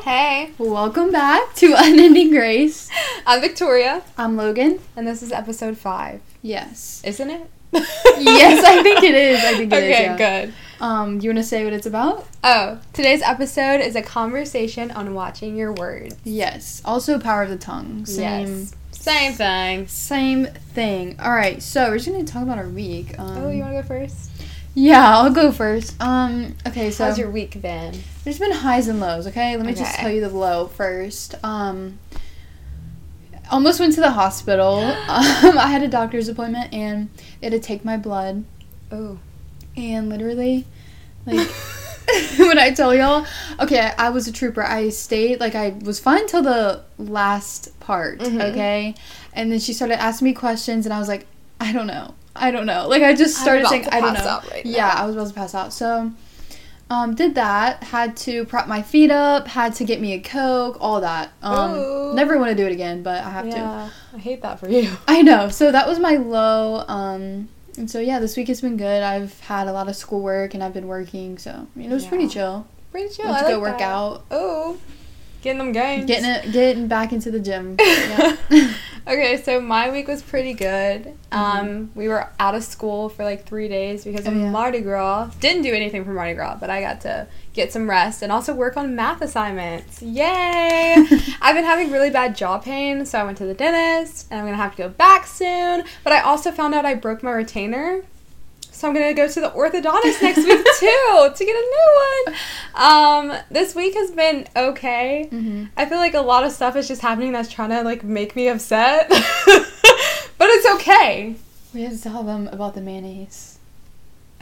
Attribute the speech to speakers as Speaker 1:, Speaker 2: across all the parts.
Speaker 1: Hey,
Speaker 2: Welcome back to Unending Grace.
Speaker 1: I'm Victoria,
Speaker 2: I'm Logan.
Speaker 1: and this is episode five,
Speaker 2: Yes.
Speaker 1: isn't it?
Speaker 2: Yes, I think it is. I think it is.
Speaker 1: okay,
Speaker 2: yeah.
Speaker 1: good.
Speaker 2: Um, you want to say what it's about?
Speaker 1: Oh, today's episode is a conversation on watching your words.
Speaker 2: Yes. Also, power of the tongue. Same.
Speaker 1: Yes. Same thing.
Speaker 2: Same thing. All right. So we're just gonna talk about our week. Um,
Speaker 1: oh, you want to go first?
Speaker 2: yeah, I'll go first. Um. Okay. So
Speaker 1: How's your week been?
Speaker 2: there's been highs and lows. Okay. Let me just
Speaker 1: Okay.
Speaker 2: tell you the low first. Um. Almost went to the hospital. um, I had a doctor's appointment and they had to take my blood.
Speaker 1: Oh.
Speaker 2: And literally, like, when I tell y'all, okay, I was a trooper. I stayed, like, I was fine till the last part,
Speaker 1: Mhm.
Speaker 2: okay? And then she started asking me questions, and I was like, I don't know. I don't know. Like, I just started saying, I don't know. yeah, I was about to pass out. So, um, did that. Had to prop my feet up, had to get me a Coke, all that. Um,
Speaker 1: Ooh.
Speaker 2: never want to do it again, but I have to.
Speaker 1: yeah. I hate that for you.
Speaker 2: I know. So that was my low. Um, and so yeah, this week has been good. I've had a lot of schoolwork and I've been working, so you know it was pretty
Speaker 1: Yeah.
Speaker 2: chill.
Speaker 1: Pretty chill.
Speaker 2: Went
Speaker 1: I
Speaker 2: to
Speaker 1: like
Speaker 2: go work
Speaker 1: that.
Speaker 2: out,
Speaker 1: Oh. Getting them games.
Speaker 2: getting it, getting back into the gym. Yeah.
Speaker 1: okay, so my week was pretty good. Um, we were out of school for like three days because of
Speaker 2: Mm-hmm. Oh, yeah.
Speaker 1: Mardi Gras. Didn't do anything for Mardi Gras, but I got to get some rest and also work on math assignments. Yay! I've been having really bad jaw pain, so I went to the dentist and I'm gonna have to go back soon. But I also found out I broke my retainer. So I'm gonna go to the orthodontist next week too to get a new one. Um, this week has been okay.
Speaker 2: Mhm.
Speaker 1: I feel like a lot of stuff is just happening that's trying to like make me upset. but it's okay.
Speaker 2: We had to tell them about the mayonnaise.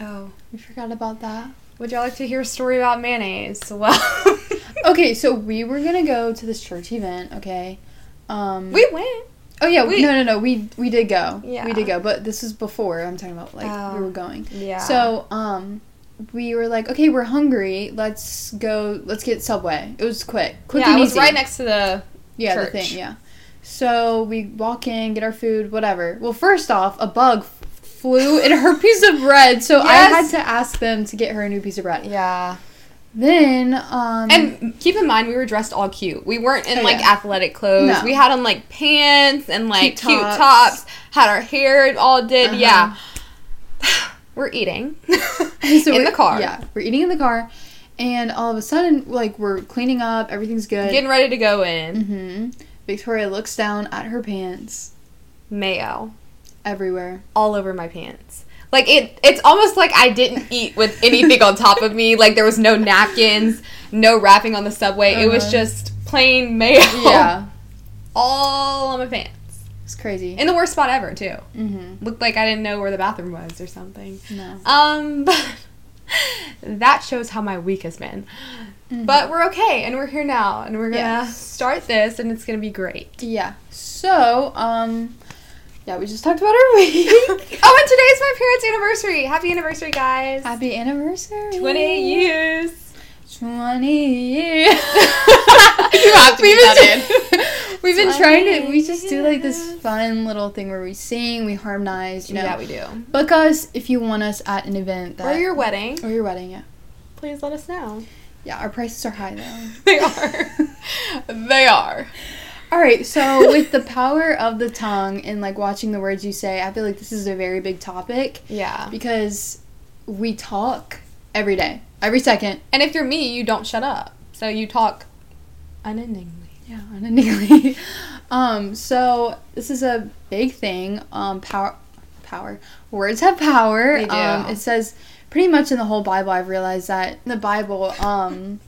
Speaker 1: Oh.
Speaker 2: We forgot about that.
Speaker 1: Would y'all like to hear a story about mayonnaise? Well
Speaker 2: Okay, so we were gonna go to this church event. Okay. Um,
Speaker 1: We went.
Speaker 2: oh yeah
Speaker 1: we-
Speaker 2: no no no we we did go
Speaker 1: Yeah.
Speaker 2: we did go but this is before I'm talking about like we
Speaker 1: Oh.
Speaker 2: were going
Speaker 1: Yeah.
Speaker 2: So, um, we were like, okay, we're hungry. Let's go. Let's get Subway. It was quick, quick
Speaker 1: yeah,
Speaker 2: and
Speaker 1: it was
Speaker 2: easy.
Speaker 1: right next to the
Speaker 2: yeah, the
Speaker 1: church.
Speaker 2: thing. Yeah. So we walk in, get our food, whatever. Well, first off, a bug f- flew in her piece of bread, so I had
Speaker 1: Yes.
Speaker 2: to ask them to get her a new piece of bread.
Speaker 1: Yeah.
Speaker 2: Then, um,
Speaker 1: And keep in mind we were dressed all cute. We weren't in
Speaker 2: Oh,
Speaker 1: like
Speaker 2: yeah.
Speaker 1: athletic clothes.
Speaker 2: No.
Speaker 1: We had on like pants and like
Speaker 2: Cute
Speaker 1: cute
Speaker 2: tops.
Speaker 1: tops, had our hair all did.
Speaker 2: Uh-huh.
Speaker 1: Yeah. we're eating.
Speaker 2: so
Speaker 1: in
Speaker 2: we're-
Speaker 1: the car.
Speaker 2: Yeah, we're eating in the car, and all of a sudden, like we're cleaning up, everything's good.
Speaker 1: Getting ready to go in.
Speaker 2: hmm Victoria looks down at her pants
Speaker 1: Mayo.
Speaker 2: everywhere.
Speaker 1: all over my pants. Like it it's almost like I didn't eat with anything on top of me. Like there was no napkins, no wrapping on the subway. It was
Speaker 2: Uh-huh.
Speaker 1: just plain mayo
Speaker 2: Yeah,
Speaker 1: all on my pants.
Speaker 2: it's crazy.
Speaker 1: In the worst spot ever, too.
Speaker 2: mm-hmm.
Speaker 1: Looked like I didn't know where the bathroom was or something.
Speaker 2: No.
Speaker 1: Um but that shows how my week has been.
Speaker 2: Mm-hmm.
Speaker 1: But we're okay and we're here now and we're going to
Speaker 2: Yes.
Speaker 1: start this and it's going to be great.
Speaker 2: Yeah. So, um, yeah, we just talked about our week.
Speaker 1: Oh, and today's my parents' anniversary. Happy anniversary, guys.
Speaker 2: Happy anniversary.
Speaker 1: 28 years.
Speaker 2: 20 years.
Speaker 1: You have to
Speaker 2: We've
Speaker 1: keep
Speaker 2: been-
Speaker 1: that
Speaker 2: We've been
Speaker 1: 20
Speaker 2: trying to, we just do like this
Speaker 1: years.
Speaker 2: fun little thing where we sing, we harmonize, you know.
Speaker 1: Yeah, we do.
Speaker 2: Book us if you want us at an event that.
Speaker 1: Or your wedding.
Speaker 2: or your wedding, yeah.
Speaker 1: Please let us know.
Speaker 2: Yeah, our prices are high though.
Speaker 1: They are. they are.
Speaker 2: All right, so with the power of the tongue and like watching the words you say, I feel like this is a very big topic
Speaker 1: Yeah.
Speaker 2: because we talk every day, every second.
Speaker 1: And if you're me, you don't shut up. So you talk unendingly.
Speaker 2: Yeah, unendingly. um, so this is a big thing. Um, power, power. Words have power.
Speaker 1: They do.
Speaker 2: Um, it says pretty much in the whole Bible. I've realized that in the Bible, um,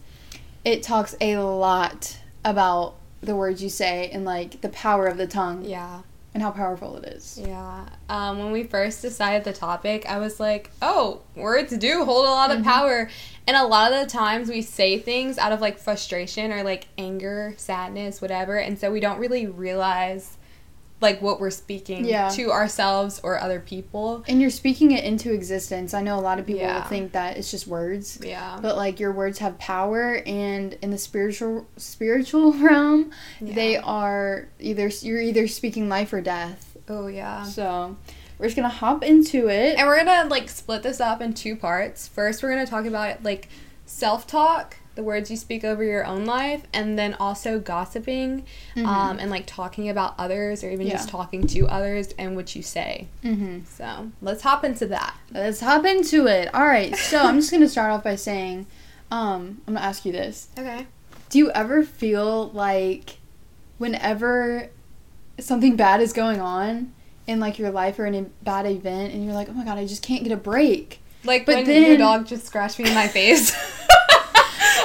Speaker 2: it talks a lot about the words you say and like the power of the tongue
Speaker 1: Yeah.
Speaker 2: and how powerful it is.
Speaker 1: Yeah. Um, when we first decided the topic, I was like, oh, words do hold a lot of
Speaker 2: Mm-hmm.
Speaker 1: power. And a lot of the times we say things out of like frustration or like anger, sadness, whatever. And so we don't really realize like what we're speaking
Speaker 2: Yeah.
Speaker 1: to ourselves or other people.
Speaker 2: And you're speaking it into existence. I know a lot of people
Speaker 1: Yeah.
Speaker 2: think that it's just words,
Speaker 1: Yeah.
Speaker 2: but like your words have power and in the spiritual spiritual realm they are either you're either speaking life or death
Speaker 1: Oh, yeah.
Speaker 2: so we're just gonna hop into it
Speaker 1: And we're gonna like split this up in two parts. First, we're gonna talk about like self talk, the the words you speak over your own life, and then also gossiping mm-hmm. um, and like talking about others or even yeah. just talking to others and what you say. Mm-hmm. So let's hop into that.
Speaker 2: Let's hop into it. All right. So I'm just going to start off by saying um, I'm going to ask you this.
Speaker 1: Okay.
Speaker 2: Do you ever feel like whenever something bad is going on, in like your life or in a bad event and you're like, oh my god, I just can't get a break.
Speaker 1: Like but when then, your dog just scratched me in my face.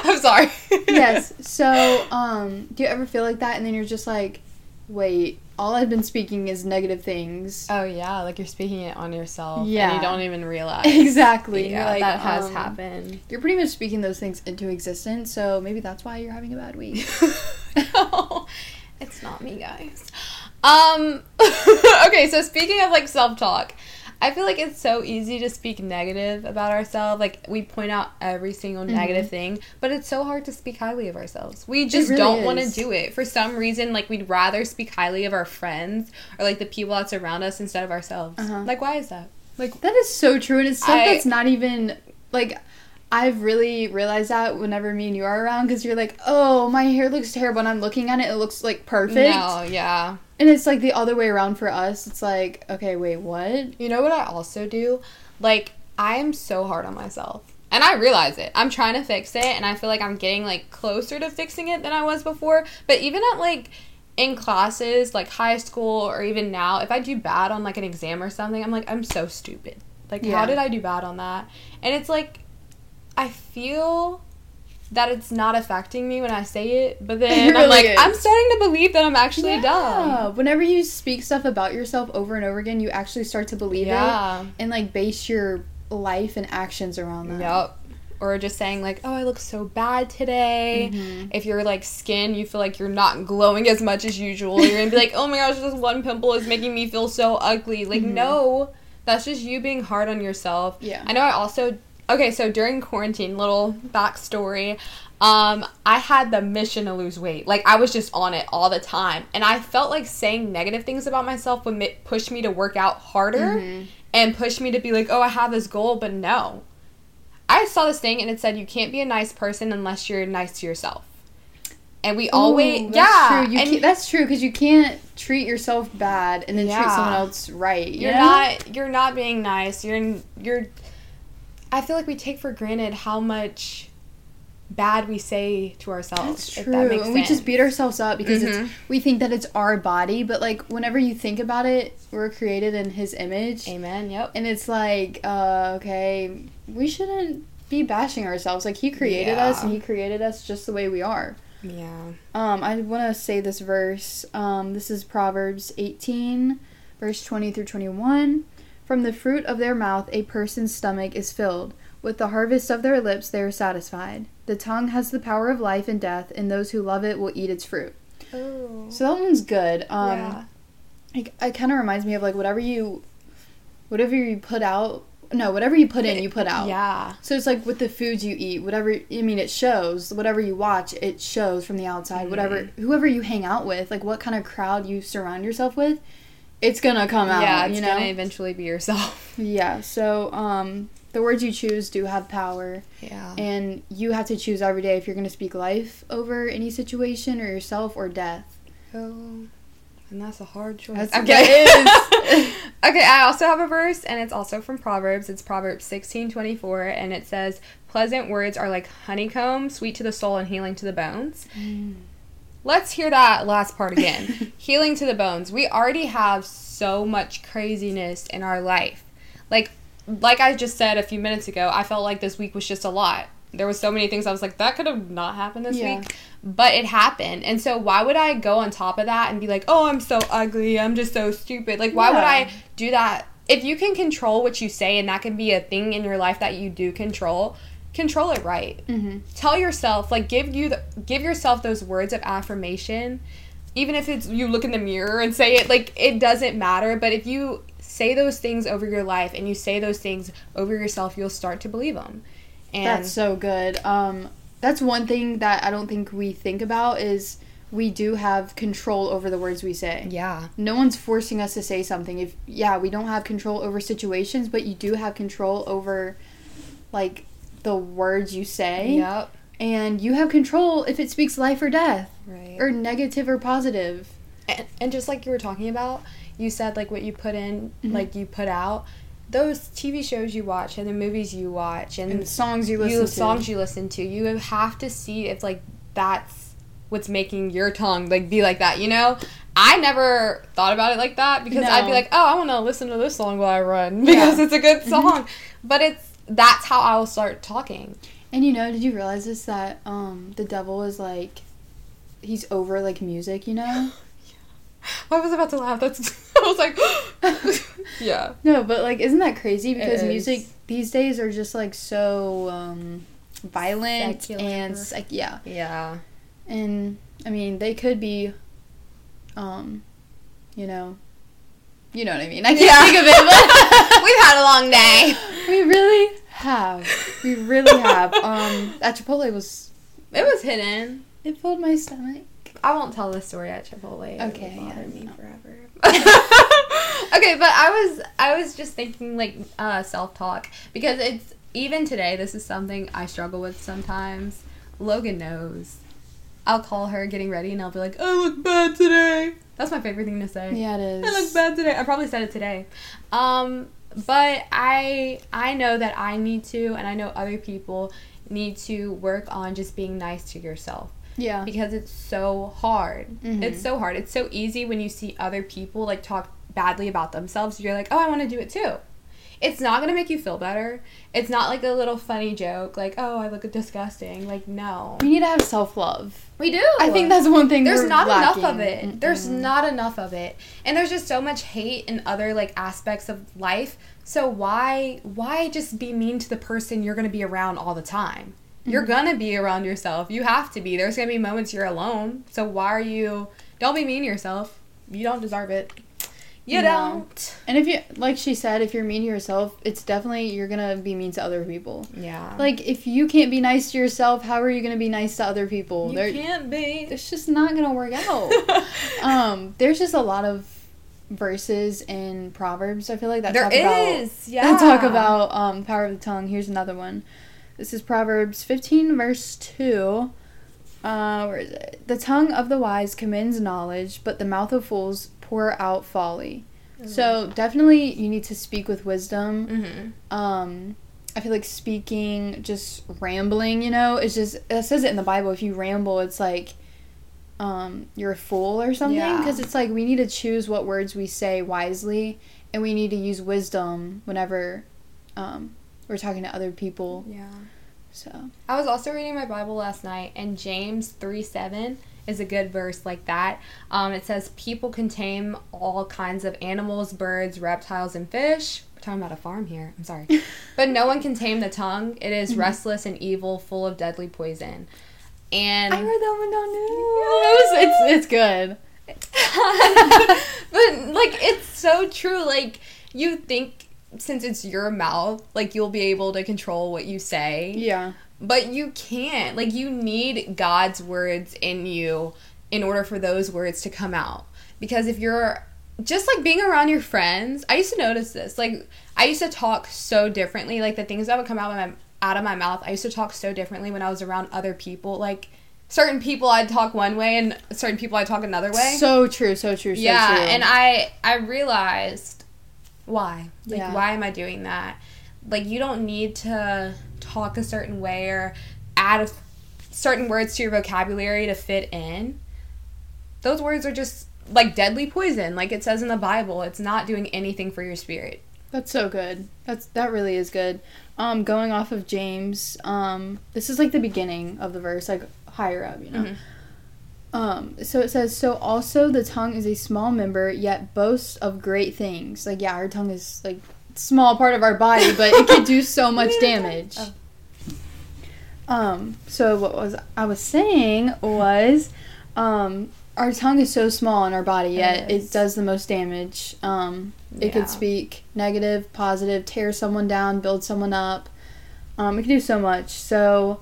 Speaker 1: I'm sorry.
Speaker 2: yes. So, um, do you ever feel like that and then you're just like, wait, all I've been speaking is negative things.
Speaker 1: Oh yeah, like you're speaking it on yourself. Yeah. you don't even realize.
Speaker 2: Exactly.
Speaker 1: Yeah, like, that has um, happened.
Speaker 2: You're pretty much speaking those things into existence, so maybe that's why you're having a bad week.
Speaker 1: no. It's not me, guys. Um, okay, so speaking of like self talk, I feel like it's so easy to speak negative about ourselves. Like we point out every single mm-hmm. negative thing, but it's so hard to speak highly of ourselves. We just really don't want to do it for some reason. Like we'd rather speak highly of our friends or like the people that surround us instead of ourselves. Uh-huh. Like why is that?
Speaker 2: Like that is so true, and it's stuff I, that's not even like. I've really realized that whenever me and you are around because you're like, oh, my hair looks terrible, and I'm looking at it, it looks like perfect.
Speaker 1: No, yeah.
Speaker 2: And it's like the other way around for us. It's like, okay, wait, what?
Speaker 1: You know what I also do? Like, I am so hard on myself. And I realize it. I'm trying to fix it, and I feel like I'm getting like closer to fixing it than I was before. But even at like, in classes, like high school or even now, if I do bad on like an exam or something, I'm like, I'm so stupid. Like, yeah. how did I do bad on that? And it's like, I feel that it's not affecting me when I say it, but then it really I'm like, is. I'm starting to believe that I'm actually yeah. dumb.
Speaker 2: Whenever you speak stuff about yourself over and over again, you actually start to believe yeah. it and like base your life and actions around that.
Speaker 1: Yep. Or just saying like, "Oh, I look so bad today." Mm-hmm. If your like skin, you feel like you're not glowing as much as usual. You're gonna be like, "Oh my gosh, this one pimple is making me feel so ugly." Like, mm-hmm. no, that's just you being hard on yourself.
Speaker 2: Yeah.
Speaker 1: I know. I also okay, so during quarantine, little backstory, um, I had the mission to lose weight. Like I was just on it all the time, and I felt like saying negative things about myself would mi- push me to work out harder mm-hmm. and push me to be like, oh, I have this goal, but no. I saw this thing and it said you can't be a nice person unless you're nice to yourself. And we Ooh, always,
Speaker 2: that's
Speaker 1: yeah,
Speaker 2: true. and, that's true because you can't treat yourself bad and then yeah. treat someone else right.
Speaker 1: You you're know? not, you're not being nice. You're, you're I feel like we take for granted how much bad we say to ourselves.
Speaker 2: That's true. That and we just beat ourselves up because mm-hmm. we think that it's our body, but like whenever you think about it, we're created in His image.
Speaker 1: Amen. Yep.
Speaker 2: And it's like, uh, okay, we shouldn't be bashing ourselves. Like He created yeah. us, and He created us just the way we are.
Speaker 1: Yeah.
Speaker 2: Um, I want to say this verse. Um, this is Proverbs eighteen, verse twenty through twenty-one. From the fruit of their mouth a person's stomach is filled. With the harvest of their lips they are satisfied. The tongue has the power of life and death, and those who love it will eat its fruit.
Speaker 1: Ooh.
Speaker 2: So that one's good. Um,
Speaker 1: Oh, yeah.
Speaker 2: It, it kind of reminds me of like whatever you, whatever you put out. No, whatever you put in, you put out.
Speaker 1: Yeah.
Speaker 2: So it's like with the foods you eat, whatever I mean, it shows. Whatever you watch, it shows from the outside. Mm-hmm. Whatever, whoever you hang out with, like what kind of crowd you surround yourself with, it's gonna come out.
Speaker 1: Yeah, it's
Speaker 2: you know?
Speaker 1: gonna eventually be yourself.
Speaker 2: Yeah. So um, the words you choose do have power.
Speaker 1: Yeah.
Speaker 2: And you have to choose every day if you're gonna speak life over any situation or yourself or death.
Speaker 1: Oh. And that's a hard choice.
Speaker 2: That's, okay. That
Speaker 1: okay, I also have a verse and it's also from Proverbs. It's Proverbs 16, 24, and it says, Pleasant words are like honeycomb, sweet to the soul and healing to the bones. Mm let's hear that last part again. Healing to the bones. We already have so much craziness in our life. Like like I just said a few minutes ago, I felt like this week was just a lot. There was so many things I was like that could have not happened this yeah. week, but it happened. And so why would I go on top of that and be like, "Oh, I'm so ugly. I'm just so stupid." Like why yeah. would I do that? If you can control what you say and that can be a thing in your life that you do control, control it right.
Speaker 2: Mm-hmm.
Speaker 1: Tell yourself, like, give you the, give yourself those words of affirmation, even if it's you look in the mirror and say it. Like, it doesn't matter. But if you say those things over your life and you say those things over yourself, you'll start to believe them. And
Speaker 2: that's so good. Um, that's one thing that I don't think we think about is we do have control over the words we say.
Speaker 1: Yeah.
Speaker 2: No one's forcing us to say something. If yeah, we don't have control over situations, but you do have control over like the words you say.
Speaker 1: Yep.
Speaker 2: and you have control if it speaks life or death
Speaker 1: Right.
Speaker 2: or negative or positive.
Speaker 1: and, and just like you were talking about, you said like what you put in,
Speaker 2: Mhm.
Speaker 1: like you put out. Those TV shows you watch and the movies you watch and,
Speaker 2: And the songs you
Speaker 1: you
Speaker 2: listen to.
Speaker 1: songs you listen to, you have to see if like that's what's making your tongue like be like that. You know, I never thought about it like that because I'd be
Speaker 2: No.
Speaker 1: like, oh, I want to listen to this song while I run because it's a good song. but it's that's how I will start talking.
Speaker 2: And you know, did you realize this that um the devil is like he's over like music, you know?
Speaker 1: I was about to laugh. That's I was like, yeah.
Speaker 2: No, but like isn't that crazy
Speaker 1: It
Speaker 2: because
Speaker 1: is.
Speaker 2: music these days are just like so um violent
Speaker 1: Secular.
Speaker 2: and sec- yeah.
Speaker 1: Yeah.
Speaker 2: And I mean, they could be um you know, you know what I mean. I can't
Speaker 1: Yeah.
Speaker 2: think of it. But
Speaker 1: We've had a long day.
Speaker 2: we really have. We really have. Um that Chipotle was
Speaker 1: It was hidden.
Speaker 2: it filled my stomach.
Speaker 1: I won't tell the story at Chipotle.
Speaker 2: Okay,
Speaker 1: It would bother
Speaker 2: yeah,
Speaker 1: me
Speaker 2: no.
Speaker 1: forever. okay, but I was I was just thinking like uh, self talk because it's even today. This is something I struggle with sometimes. Logan knows. I'll call her getting ready and I'll be like, I look bad today. That's my favorite thing to say.
Speaker 2: Yeah, it is.
Speaker 1: I look bad today. I probably said it today. Um, but I I know that I need to, and I know other people need to work on just being nice to yourself
Speaker 2: Yeah.
Speaker 1: because it's so hard.
Speaker 2: Mhm.
Speaker 1: It's so hard. It's so easy when you see other people like talk badly about themselves. You're like, oh, I want to do it too. It's not gonna make you feel better. It's not like a little funny joke, like, oh, I look disgusting. Like, no,
Speaker 2: We need to have self love.
Speaker 1: we do.
Speaker 2: I think that's one thing.
Speaker 1: There's
Speaker 2: we're
Speaker 1: not enough of
Speaker 2: lacking.
Speaker 1: it.
Speaker 2: Mm-mm.
Speaker 1: There's not enough of it. And there's just so much hate and other like aspects of life. So why why just be mean to the person you're going to be around all the time?
Speaker 2: Mm-hmm.
Speaker 1: You're going to be around yourself. You have to be. There's going to be moments you're alone. So why are you don't be mean to yourself. You don't deserve it. You
Speaker 2: No.
Speaker 1: don't.
Speaker 2: And if you, like she said, if you're mean to yourself, it's definitely you're gonna be mean to other people.
Speaker 1: Yeah.
Speaker 2: Like if you can't be nice to yourself, how are you gonna be nice to other people?
Speaker 1: you
Speaker 2: There-
Speaker 1: can't be.
Speaker 2: It's just not gonna work out. um, there's just a lot of verses in Proverbs. I feel like that
Speaker 1: There
Speaker 2: talk about
Speaker 1: is,
Speaker 2: that talk
Speaker 1: yeah.
Speaker 2: about um, power of the tongue. Here's another one. This is Proverbs 15 verse 2. Uh, where is it? The tongue of the wise commends knowledge, but the mouth of fools pour out folly.
Speaker 1: Mm.
Speaker 2: So definitely, you need to speak with wisdom.
Speaker 1: Mhm.
Speaker 2: Um, I feel like speaking, just rambling. You know, it's just it says it in the Bible. If you ramble, it's like um, you're a fool or something.
Speaker 1: Yeah.
Speaker 2: Because it's like we need to choose what words we say wisely, and we need to use wisdom whenever um, we're talking to other people.
Speaker 1: Yeah.
Speaker 2: So
Speaker 1: I was also reading my Bible last night, and James 3 7 is a good verse like that. Um, it says, People can tame all kinds of animals, birds, reptiles, and fish. We're talking about a farm here. I'm sorry. but no one can tame the tongue. It is restless and evil, full of deadly poison. And
Speaker 2: that one down news. It's it's good.
Speaker 1: but like it's so true like you think since it's your mouth like you'll be able to control what you say
Speaker 2: Yeah.
Speaker 1: but you can't. Like, you need God's words in you in order for those words to come out. Because if you're just like being around your friends, I used to notice this. Like, I used to talk so differently. Like, the things that would come out of my, out of my mouth, I used to talk so differently when I was around other people. Like, certain people I'd talk one way and certain people I'd talk another way.
Speaker 2: So true. So true. So
Speaker 1: yeah.
Speaker 2: True.
Speaker 1: And I, I realized why? Like,
Speaker 2: Yeah.
Speaker 1: why am I doing that? Like, you don't need to talk a certain way or add a f- certain words to your vocabulary to fit in. Those words are just like deadly poison. Like it says in the Bible, it's not doing anything for your spirit.
Speaker 2: That's so good. That's that really is good. Um, going off of James, um, this is like the beginning of the verse, like higher up, you know.
Speaker 1: Mhm.
Speaker 2: Um, so it says, so also the tongue is a small member, yet boasts of great things. Like yeah, our tongue is like small part of our body, but it can do so much damage.
Speaker 1: Oh.
Speaker 2: Um, so what was I was saying was, um, our tongue is so small in our body, yet
Speaker 1: is.
Speaker 2: it does the most damage. Um, it
Speaker 1: Yeah.
Speaker 2: could speak negative, positive, tear someone down, build someone up. Um, it can do so much. So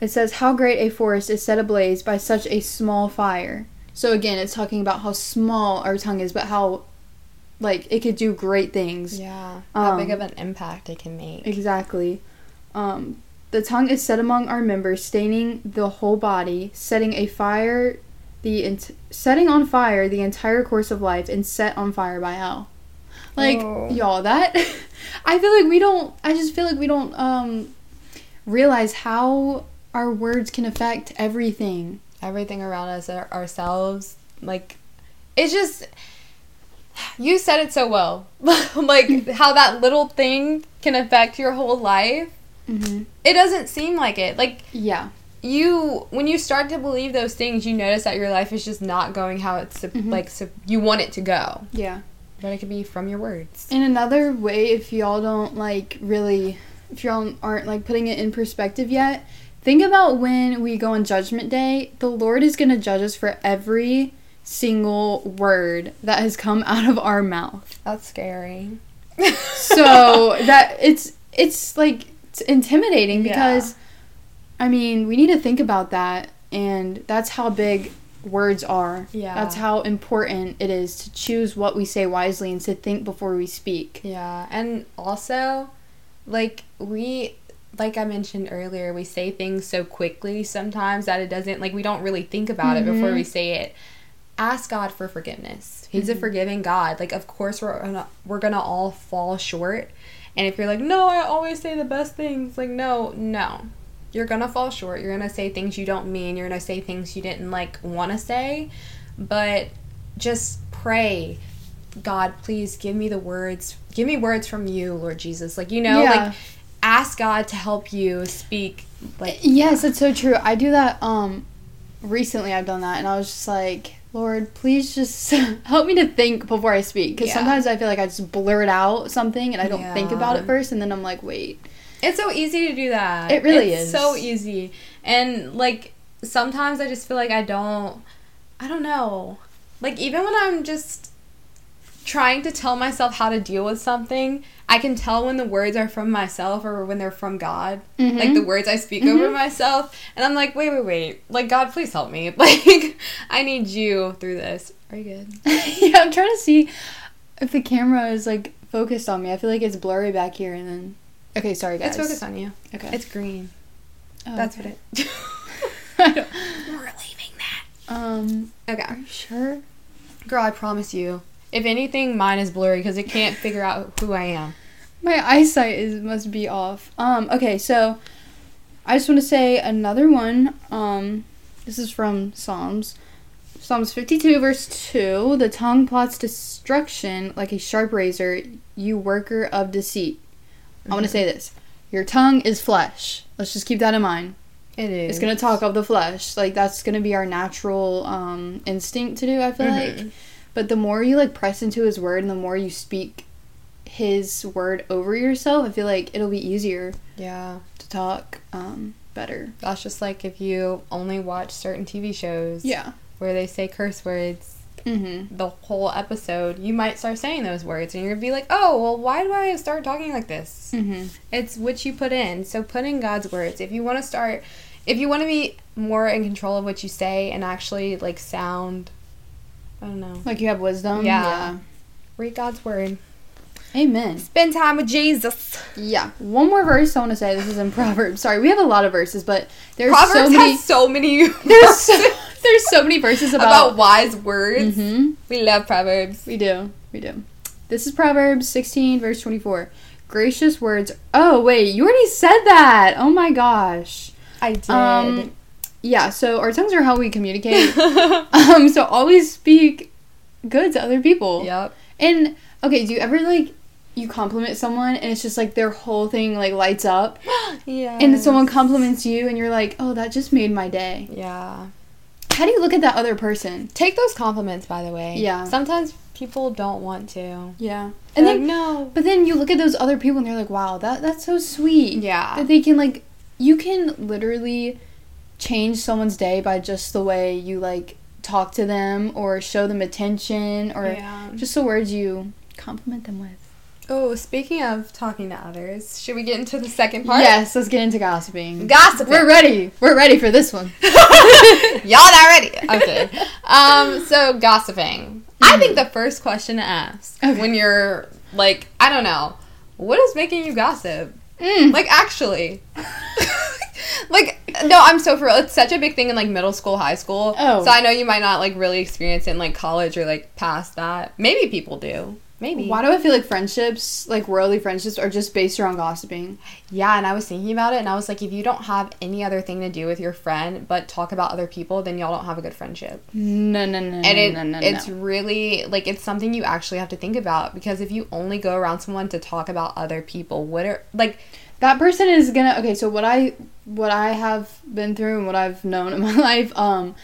Speaker 2: it says, How great a forest is set ablaze by such a small fire. So again, it's talking about how small our tongue is, but how, like, it could do great things.
Speaker 1: Yeah.
Speaker 2: how
Speaker 1: How
Speaker 2: Um,
Speaker 1: big
Speaker 2: big
Speaker 1: of
Speaker 2: of
Speaker 1: an impact it can make.
Speaker 2: Exactly. Um, The tongue is set among our members, staining the whole body, setting a fire, the ent- setting on fire the entire course of life, and set on fire by hell. Like
Speaker 1: Oh.
Speaker 2: y'all, that I feel like we don't. I just feel like we don't um realize how our words can affect everything.
Speaker 1: everything around us our- ourselves like it's just you said it so well like how that little thing can affect your whole life
Speaker 2: Mm-hmm.
Speaker 1: it doesn't seem like it like
Speaker 2: Yeah.
Speaker 1: you when you start to believe those things you notice that your life is just not going how it's sup-
Speaker 2: Mhm.
Speaker 1: like sup- you want it to go
Speaker 2: Yeah.
Speaker 1: but it could be from your words
Speaker 2: In another way, if y'all don't like really, if y'all aren't like putting it in perspective yet, think about when we go on Judgment Day, the Lord is going to judge us for every single word that has come out of our mouth.
Speaker 1: that's scary
Speaker 2: So that it's, it's like, it's intimidating
Speaker 1: Yeah.
Speaker 2: because, I mean, we need to think about that. And that's how big words are.
Speaker 1: Yeah.
Speaker 2: That's how important it is to choose what we say wisely and to think before we speak.
Speaker 1: Yeah, and also, like we, like I mentioned earlier, we say things so quickly sometimes that it doesn't like we don't really think about it before we say it. Ask God for forgiveness. He's a forgiving God. Like, of course, we're gonna, we're gonna all fall short. And if you're like, no, I always say the best things, like, no, no, you're gonna fall short. You're gonna say things you don't mean. You're gonna say things you didn't like want to say. But just pray God, please give me the words. Give me words from you, Lord Jesus. Like, you know,
Speaker 2: Yeah.
Speaker 1: like ask God to help you speak. Like,
Speaker 2: Yes, that's so true. I do that um recently I've done that and I was just like, Lord, please just help me to think before I speak cuz
Speaker 1: Yeah.
Speaker 2: sometimes I feel like I just blurt out something and I don't think
Speaker 1: Yeah.
Speaker 2: about it first and then I'm like, wait.
Speaker 1: it's so easy to do that.
Speaker 2: It really
Speaker 1: It's
Speaker 2: is.
Speaker 1: so easy. And like sometimes I just feel like I don't I don't know. Like even when I'm just trying to tell myself how to deal with something, I can tell when the words are from myself or when they're from God. Like the
Speaker 2: Mm-hmm.
Speaker 1: words I speak over myself, and I'm like, wait, wait, wait. Like God, please help me. Like I need you through this. Are you good?
Speaker 2: yeah, I'm trying to see if the camera is like focused on me. I feel like it's blurry back here and then Okay, sorry guys.
Speaker 1: It's focused on you.
Speaker 2: Okay.
Speaker 1: It's green.
Speaker 2: Oh,
Speaker 1: That's
Speaker 2: okay.
Speaker 1: what it.
Speaker 2: I don't-
Speaker 1: We're leaving that.
Speaker 2: um
Speaker 1: Okay.
Speaker 2: are you sure?
Speaker 1: Girl, I promise you. If anything, mine is blurry because it can't figure out who I am.
Speaker 2: My eyesight is must be off. Um, okay, so I just want to say another one. Um, this is from Psalms. Psalms 52 verse 2, the tongue plots destruction like a sharp razor, you worker of deceit. I want to say this. Your tongue is flesh. Let's just keep that in mind.
Speaker 1: It is.
Speaker 2: It's going to talk of the flesh. Like that's going to be our natural um instinct to do, I feel
Speaker 1: Mm-hmm.
Speaker 2: like. But the more you like press into his word and the more you speak his word over yourself, I feel like it'll be easier
Speaker 1: Yeah.
Speaker 2: to talk um better.
Speaker 1: That's just like if you only watch certain TV shows
Speaker 2: Yeah.
Speaker 1: where they say curse words
Speaker 2: Mhm.
Speaker 1: the whole episode, you might start saying those words and you're going to be like, oh, well, why do I start talking like this?
Speaker 2: Mhm.
Speaker 1: It's what you put in. So put in God's words. If you want to start, if you want to be more in control of what you say and actually like sound, I don't know,
Speaker 2: Like you have wisdom.
Speaker 1: Yeah. read God's word.
Speaker 2: Yeah. Amen.
Speaker 1: Spend time with Jesus.
Speaker 2: Yeah. One more verse I want to say. This is in Proverbs. Sorry, we have a lot of verses, but there's
Speaker 1: Proverbs
Speaker 2: so many
Speaker 1: has so many
Speaker 2: there's so, there's so many verses
Speaker 1: about, Mm-hmm.
Speaker 2: about,
Speaker 1: wise words.
Speaker 2: Mhm.
Speaker 1: We love Proverbs.
Speaker 2: We do. We do. This is Proverbs 16, verse 24. Gracious words. Oh, wait. You already said that. Oh, my gosh.
Speaker 1: I did.
Speaker 2: Um, yeah, so our tongues are how we communicate. um, so always speak good to other people.
Speaker 1: yep.
Speaker 2: And, okay, do you ever, like, you compliment someone and it's just like their whole thing like lights up
Speaker 1: Yeah.
Speaker 2: and then someone compliments you and you're like oh that just made my day
Speaker 1: Yeah.
Speaker 2: how do you look at that other person
Speaker 1: Take those compliments, by the way.
Speaker 2: Yeah.
Speaker 1: Sometimes people don't want to.
Speaker 2: yeah
Speaker 1: And
Speaker 2: and
Speaker 1: like,
Speaker 2: then
Speaker 1: no.
Speaker 2: But then you look at those other people and they're like, wow, that that's so sweet.
Speaker 1: Yeah.
Speaker 2: That they can like you can literally change someone's day by just the way you like talk to them or show them attention or
Speaker 1: Yeah.
Speaker 2: just the words you compliment them with.
Speaker 1: Oh, speaking of talking to others, should we get into the second part?
Speaker 2: Yes, let's get into gossiping.
Speaker 1: Gossip.
Speaker 2: We're ready. We're ready for this one.
Speaker 1: Y'all not ready. Okay. Um, so gossiping. I think the first question to ask
Speaker 2: Okay.
Speaker 1: when you're like, I don't know, what is making you gossip?
Speaker 2: Mm.
Speaker 1: Like actually. no, I'm so for real. It's such a big thing in like middle school, high school.
Speaker 2: Oh.
Speaker 1: So I know you might not like really experience it in like college or like past that. Maybe people do. Maybe.
Speaker 2: Why do I feel like friendships, like worldly friendships, are just based around gossiping?
Speaker 1: Yeah, and I was thinking about it and I was like, if you don't have any other thing to do with your friend but talk about other people, then y'all don't have a good friendship.
Speaker 2: No, no, no,
Speaker 1: And
Speaker 2: no,
Speaker 1: it,
Speaker 2: Mm, no, no,
Speaker 1: it's
Speaker 2: no.
Speaker 1: really like it's something you actually have to think about because if you only go around someone to talk about other people, what are like
Speaker 2: that person is gonna. Okay, so what I what I have been through and what I've known in my life, um,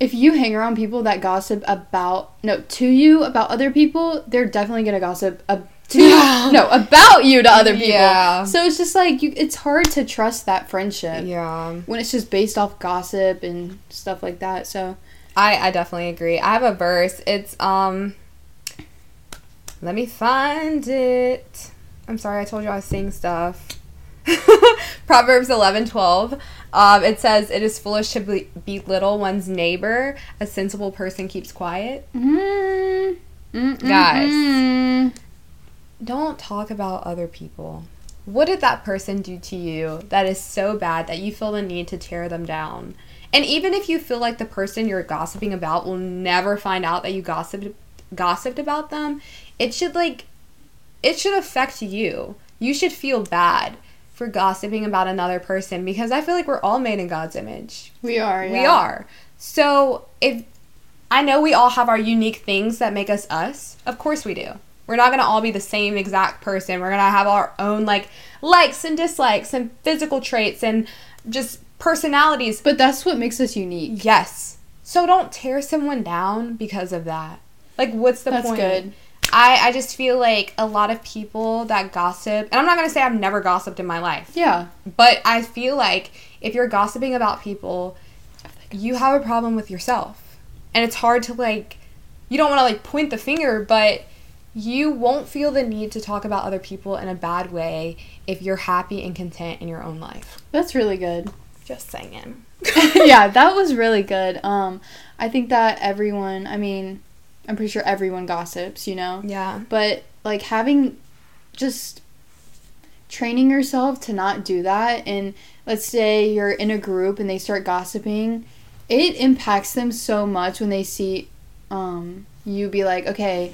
Speaker 2: if you hang around people that gossip about no to you about other people, they're definitely gonna gossip ab- to
Speaker 1: Yeah.
Speaker 2: you, no about you to other people.
Speaker 1: Yeah.
Speaker 2: So it's just like you, it's hard to trust that friendship
Speaker 1: yeah.
Speaker 2: when it's just based off gossip and stuff like that. So
Speaker 1: I, I definitely agree. I have a verse. It's um let me find it. I'm sorry, I told you I was seeing stuff. Proverbs eleven twelve. Um, it says, It is foolish to be- belittle one's neighbor. A sensible person keeps quiet.
Speaker 2: mm,
Speaker 1: Guys.
Speaker 2: Mm-hmm.
Speaker 1: Don't talk about other people. What did that person do to you that is so bad that you feel the need to tear them down? And even if you feel like the person you're gossiping about will never find out that you gossiped gossiped about them, it should like it should affect you. You should feel bad for gossiping about another person because I feel like we're all made in God's image.
Speaker 2: we are.
Speaker 1: We
Speaker 2: yeah.
Speaker 1: are. So if I know we all have our unique things that make us us, of course we do. We're not gonna all be the same exact person. We're gonna have our own like likes and dislikes and physical traits and just personalities.
Speaker 2: But that's what makes us unique.
Speaker 1: Yes. So don't tear someone down because of that. Like, what's the
Speaker 2: That's
Speaker 1: point?
Speaker 2: good.
Speaker 1: I I just feel like a lot of people that gossip, and I'm not gonna say I've never gossiped in my life.
Speaker 2: Yeah.
Speaker 1: But I feel like if you're gossiping about people, you have a problem with yourself. And it's hard to like you don't want to like point the finger, but you won't feel the need to talk about other people in a bad way if you're happy and content in your own life.
Speaker 2: That's really good.
Speaker 1: Just saying.
Speaker 2: yeah, that was really good. Um I think that everyone, I mean, I'm pretty sure everyone gossips, you know.
Speaker 1: Yeah.
Speaker 2: But like having just training yourself to not do that and let's say you're in a group and they start gossiping, it impacts them so much when they see um you be like, "Okay,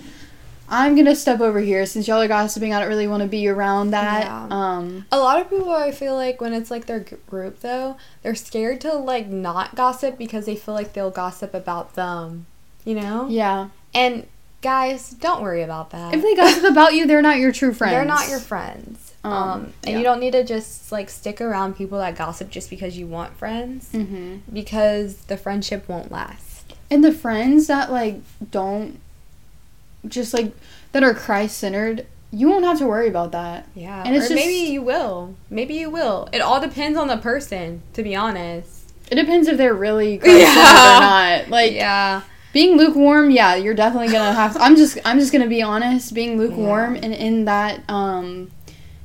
Speaker 2: I'm going to step over here since y'all are gossiping. I don't really want to be around that."
Speaker 1: Yeah.
Speaker 2: Um
Speaker 1: A lot of people, I feel like, when it's like their g- group though, they're scared to like not gossip because they feel like they'll gossip about them, you know?
Speaker 2: yeah.
Speaker 1: And guys, don't worry about that.
Speaker 2: If they gossip about you, they're not your true friends.
Speaker 1: They're not your friends. Um,
Speaker 2: Um,
Speaker 1: and
Speaker 2: yeah.
Speaker 1: you don't need to just like stick around people that gossip just because you want friends
Speaker 2: hmm
Speaker 1: because the friendship won't last.
Speaker 2: And the friends that like don't just like that are Christ centered, you won't have to worry about that.
Speaker 1: Yeah.
Speaker 2: And it's
Speaker 1: or
Speaker 2: just-
Speaker 1: maybe you will. Maybe you will. It all depends on the person, to be honest.
Speaker 2: It depends if they're really Christ centered
Speaker 1: Yeah.
Speaker 2: or not. Like
Speaker 1: yeah.
Speaker 2: being lukewarm, yeah, you're definitely gonna have. To, I'm just I'm just gonna be honest. Being lukewarm and in that um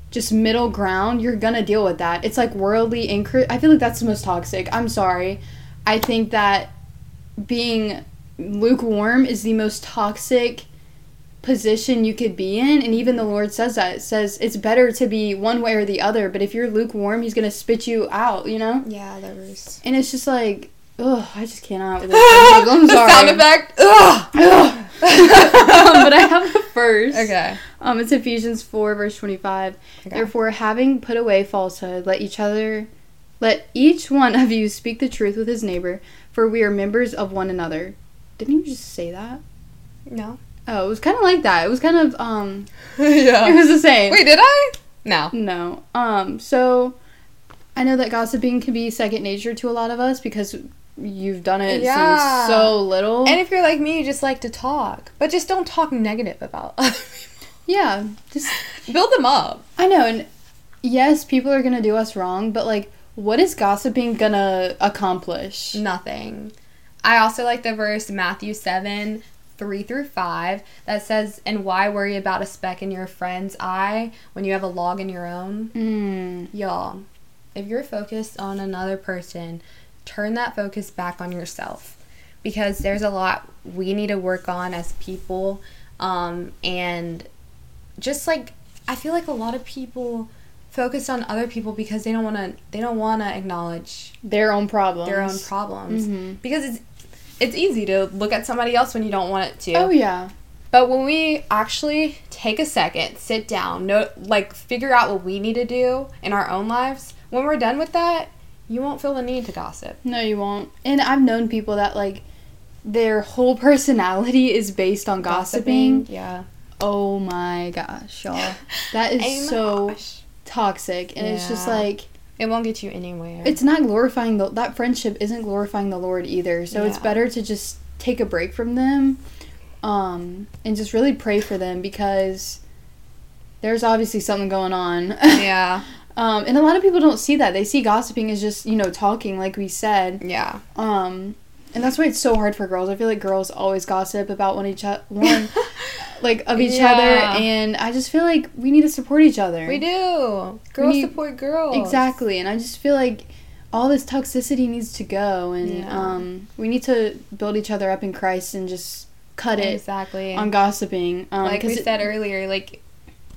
Speaker 2: just middle ground, you're gonna deal with that. It's like worldly incre I feel like that's the most toxic. I'm sorry. I think that being lukewarm is the most toxic position you could be in and even the lord says that it says it's better to be one way or the other but if you're lukewarm he's gonna spit you out you know
Speaker 1: Yeah, there was.
Speaker 2: and it's just like ugh i just cannot with this friendship. i'm sorry
Speaker 1: the sound effect. Ugh.
Speaker 2: Ugh. Um, but I have a verse.
Speaker 1: Okay.
Speaker 2: Um, it's Ephesians four verse twenty five.
Speaker 1: Okay.
Speaker 2: Therefore, having put away falsehood, let each other, let each one of you speak the truth with his neighbor, for we are members of one another. Didn't you just say that?
Speaker 1: No.
Speaker 2: Oh, it was kind of like that. It was kind of um, it
Speaker 1: yeah.
Speaker 2: was the same.
Speaker 1: Oh. Wait, did I? No.
Speaker 2: No. Um, so I know that gossiping can be second nature to a lot of us because you've done it
Speaker 1: Yeah.
Speaker 2: since so little.
Speaker 1: And if you're like me, you just like to talk, but just don't talk negative about other
Speaker 2: yeah, just
Speaker 1: people. Build them up.
Speaker 2: I know, and yes, people are gonna do us wrong, but like, what is gossiping gonna accomplish?
Speaker 1: Nothing. I also like the verse Matthew 7 3 through 5 that says, And why worry about a speck in your friend's eye when you have a log in your own? Hmm.
Speaker 2: Mm.
Speaker 1: Y'all, if you're focused on another person, turn that focus back on yourself because there's a lot we need to work on as people. Um, and just like, I feel like a lot of people focused on other people because they don't want to they don't want to acknowledge
Speaker 2: Their own problems.
Speaker 1: their own problems
Speaker 2: Mhm.
Speaker 1: because it's it's easy to look at somebody else when you don't want it to.
Speaker 2: Oh yeah.
Speaker 1: But when we actually take a second, sit down, no, like figure out what we need to do in our own lives, when we're done with that, you won't feel the need to gossip.
Speaker 2: No, you won't. And I've known people that like their whole personality is based on gossiping.
Speaker 1: yeah,
Speaker 2: Oh my gosh, y'all. That is
Speaker 1: Oh my
Speaker 2: so
Speaker 1: gosh.
Speaker 2: toxic. And it's just
Speaker 1: Yeah.
Speaker 2: like
Speaker 1: it won't get you anywhere.
Speaker 2: it's not glorifying the that friendship isn't glorifying the Lord either. So it's
Speaker 1: Yeah.
Speaker 2: better to just take a break from them um and just really pray for them because there's obviously something going on.
Speaker 1: yeah,
Speaker 2: Um, and a lot of people don't see that. They see gossiping as just, you know, talking, like we said.
Speaker 1: yeah,
Speaker 2: Um, and that's why it's so hard for girls. I feel like girls always gossip about one each other, one, like, of each
Speaker 1: Yeah.
Speaker 2: other. And I just feel like we need to support each other.
Speaker 1: we do. Girls
Speaker 2: need-
Speaker 1: support girls.
Speaker 2: Exactly. And I just feel like all this toxicity needs to go. And
Speaker 1: Yeah.
Speaker 2: um, we need to build each other up in Christ and just cut it
Speaker 1: exactly.
Speaker 2: on gossiping. Um,
Speaker 1: like
Speaker 2: 'cause
Speaker 1: we
Speaker 2: it-
Speaker 1: said earlier, like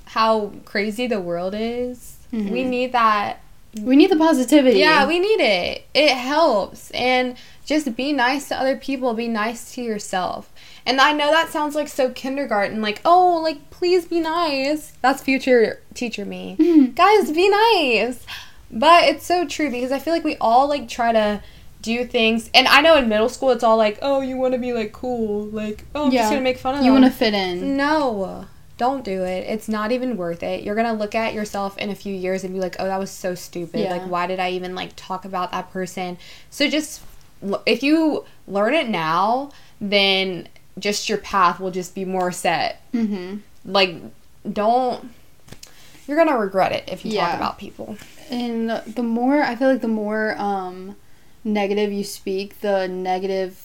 Speaker 1: how crazy the world is.
Speaker 2: Mhm.
Speaker 1: We need that
Speaker 2: we need the positivity.
Speaker 1: Yeah, we need it. It helps. And just be nice to other people, be nice to yourself. And I know that sounds like so kindergarten, like, oh, like, please be nice. That's future teacher me.
Speaker 2: Mhm.
Speaker 1: Guys, be nice. But it's so true because I feel like we all like try to do things. And I know in middle school it's all like, oh, you want to be like cool. Like, oh, I'm
Speaker 2: Yeah.
Speaker 1: just going to make fun of
Speaker 2: you
Speaker 1: them. Mm.
Speaker 2: want to fit in.
Speaker 1: No, don't do it. It's not even worth it. You're gonna look at yourself in a few years and be like, "Oh, that was so stupid.
Speaker 2: Yeah.
Speaker 1: Like, why did I even like talk about that person?" So just l- if you learn it now, then just your path will just be more set.
Speaker 2: Mm-hmm.
Speaker 1: Like, don't. You're gonna regret it if you
Speaker 2: Yeah.
Speaker 1: talk about people.
Speaker 2: And the more I feel like the more um negative you speak, the negative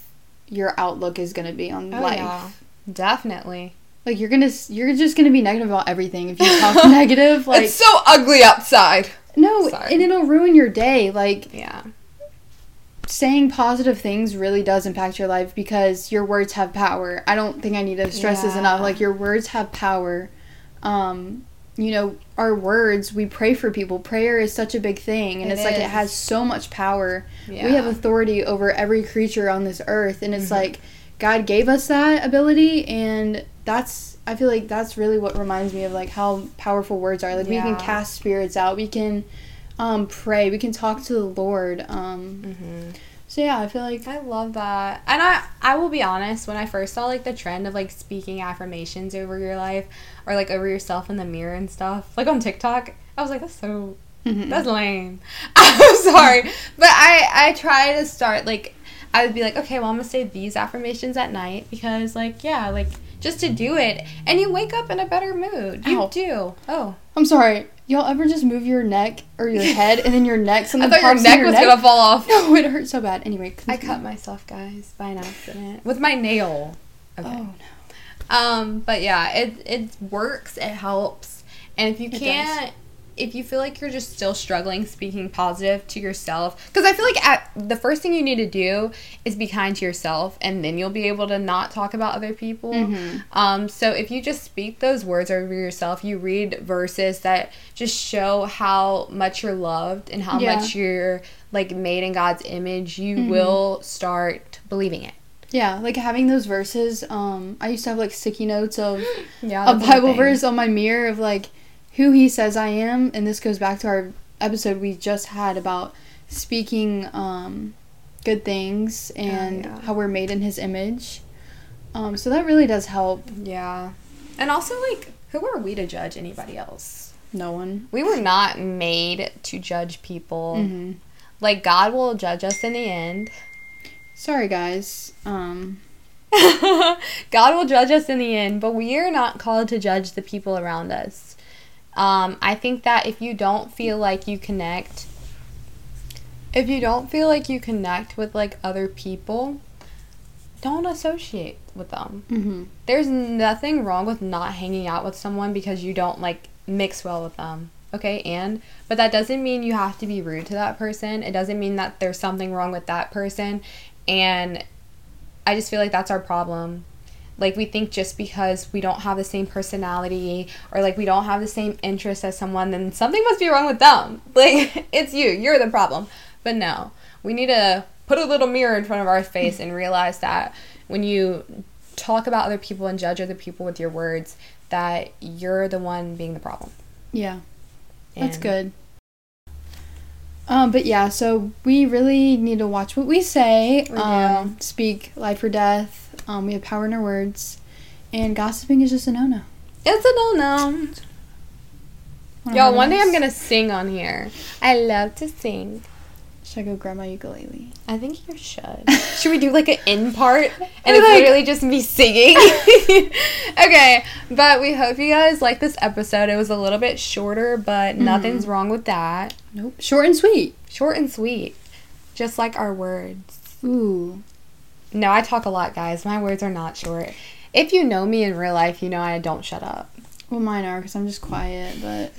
Speaker 2: your outlook is going to be
Speaker 1: Oh,
Speaker 2: on life.
Speaker 1: definitely.
Speaker 2: Like you're going to you're just going to be negative about everything if you talk negative like
Speaker 1: it's so ugly outside.
Speaker 2: no,
Speaker 1: sorry.
Speaker 2: and it'll ruin your day. Like
Speaker 1: Yeah,
Speaker 2: saying positive things really does impact your life because your words have power. I don't think I need to stress this
Speaker 1: Yeah.
Speaker 2: enough. Like your words have power. Um, you know, our words, we pray for people. Prayer is such a big thing and
Speaker 1: It
Speaker 2: it's like it
Speaker 1: is.
Speaker 2: has so much power.
Speaker 1: Yeah. Mm-hmm.
Speaker 2: We have authority over every creature on this earth and it's like God gave us that ability and that's I feel like that's really what reminds me of like how powerful words are. Like we can
Speaker 1: Yeah.
Speaker 2: cast spirits out. We can um pray. We can talk to the Lord. Um
Speaker 1: Mm-hmm.
Speaker 2: so yeah, I feel like
Speaker 1: I love that. And I I will be honest, when I first saw like the trend of like speaking affirmations over your life or like over yourself in the mirror and stuff, like on TikTok, I was like that's so that's lame. I'm sorry. But I I try to start like I would be like, okay, well I'm going to say these affirmations at night because like yeah, like just to do it and you wake up in a better mood. You
Speaker 2: Ow.
Speaker 1: do. Oh.
Speaker 2: I'm sorry. Y'all ever just move your neck or your head and then your neck
Speaker 1: I
Speaker 2: something
Speaker 1: thought your
Speaker 2: pops in
Speaker 1: neck was going to fall off.
Speaker 2: No, it hurt so bad. Anyway,
Speaker 1: I
Speaker 2: continue.
Speaker 1: cut myself, guys, by an accident with my nail. Okay.
Speaker 2: Oh no.
Speaker 1: Um, but yeah, it it works. It helps. And if you
Speaker 2: does.
Speaker 1: can't, if you feel like you're just still struggling speaking positive to yourself, because I feel like at, the first thing you need to do is be kind to yourself, and then you'll be able to not talk about other people.
Speaker 2: Mm-hmm.
Speaker 1: Um, so if you just speak those words over yourself, you read verses that just show how much you're loved and how
Speaker 2: Yeah. Mm-hmm.
Speaker 1: much you're like made in God's image, you will start believing it.
Speaker 2: Yeah, like having those verses. Um, I used to have like sticky notes of
Speaker 1: Yeah,
Speaker 2: a Bible verse on my mirror of like who He says I am, and this goes back to our episode we just had about speaking um, good things and
Speaker 1: Oh, yeah.
Speaker 2: how we're made in His image. Um, so that really does help.
Speaker 1: Yeah. And also, like, who are we to judge anybody else?
Speaker 2: No one.
Speaker 1: We were not made to judge people.
Speaker 2: hmm
Speaker 1: Like, God will judge us in the end.
Speaker 2: Sorry, guys. Um,
Speaker 1: God will judge us in the end, but we are not called to judge the people around us. Um, I think that if you don't feel like you connect, if you don't feel like you connect with like other people, don't associate with them.
Speaker 2: mhm.
Speaker 1: There's nothing wrong with not hanging out with someone because you don't like mix well with them. Okay, and but that doesn't mean you have to be rude to that person. It doesn't mean that there's something wrong with that person. And I just feel like that's our problem. like we think just because we don't have the same personality or like we don't have the same interest as someone then something must be wrong with them like it's you you're the problem but no we need to put a little mirror in front of our face and realize that when you talk about other people and judge other people with your words that you're the one being the problem
Speaker 2: yeah that's and good um, but yeah, so we really need to watch what we say,
Speaker 1: We
Speaker 2: um, speak life or death. Um, we have power in our words, and gossiping is just a no no.
Speaker 1: it's a no-no y'all one day i'm gonna sing on here i love to sing
Speaker 2: Should I go grab my ukulele?
Speaker 1: I think you should. should we do like an in part? And
Speaker 2: Or,
Speaker 1: it's
Speaker 2: like-
Speaker 1: literally just me singing. okay, but we hope you guys like this episode. It was a little bit shorter, but
Speaker 2: Mm-hmm.
Speaker 1: nothing's wrong with that.
Speaker 2: Nope. Short and sweet.
Speaker 1: Short and sweet, just like our words.
Speaker 2: Ooh.
Speaker 1: No, I talk a lot, guys. My words are not short. If you know me in real life, you know I don't shut up.
Speaker 2: Well, mine are because I'm just quiet, but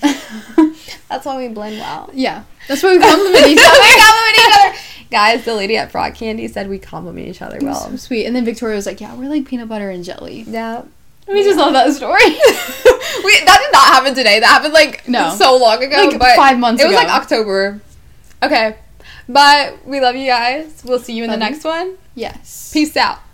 Speaker 1: That's why we blend well.
Speaker 2: yeah, that's why we compliment
Speaker 1: we
Speaker 2: each other.
Speaker 1: compliment each other. Guys, the lady at Frog Candy said we compliment each other well.
Speaker 2: So sweet. And then Victoria was like, "Yeah, we're like peanut butter and jelly."
Speaker 1: Yeah.
Speaker 2: We just love that story.
Speaker 1: we, that did not happen today. That happened like
Speaker 2: No.
Speaker 1: so long ago.
Speaker 2: Like,
Speaker 1: but
Speaker 2: five months
Speaker 1: It was
Speaker 2: ago.
Speaker 1: like October. Okay. But we love you guys. We'll see you in
Speaker 2: Love
Speaker 1: the
Speaker 2: you.
Speaker 1: next one.
Speaker 2: yes.
Speaker 1: Peace out.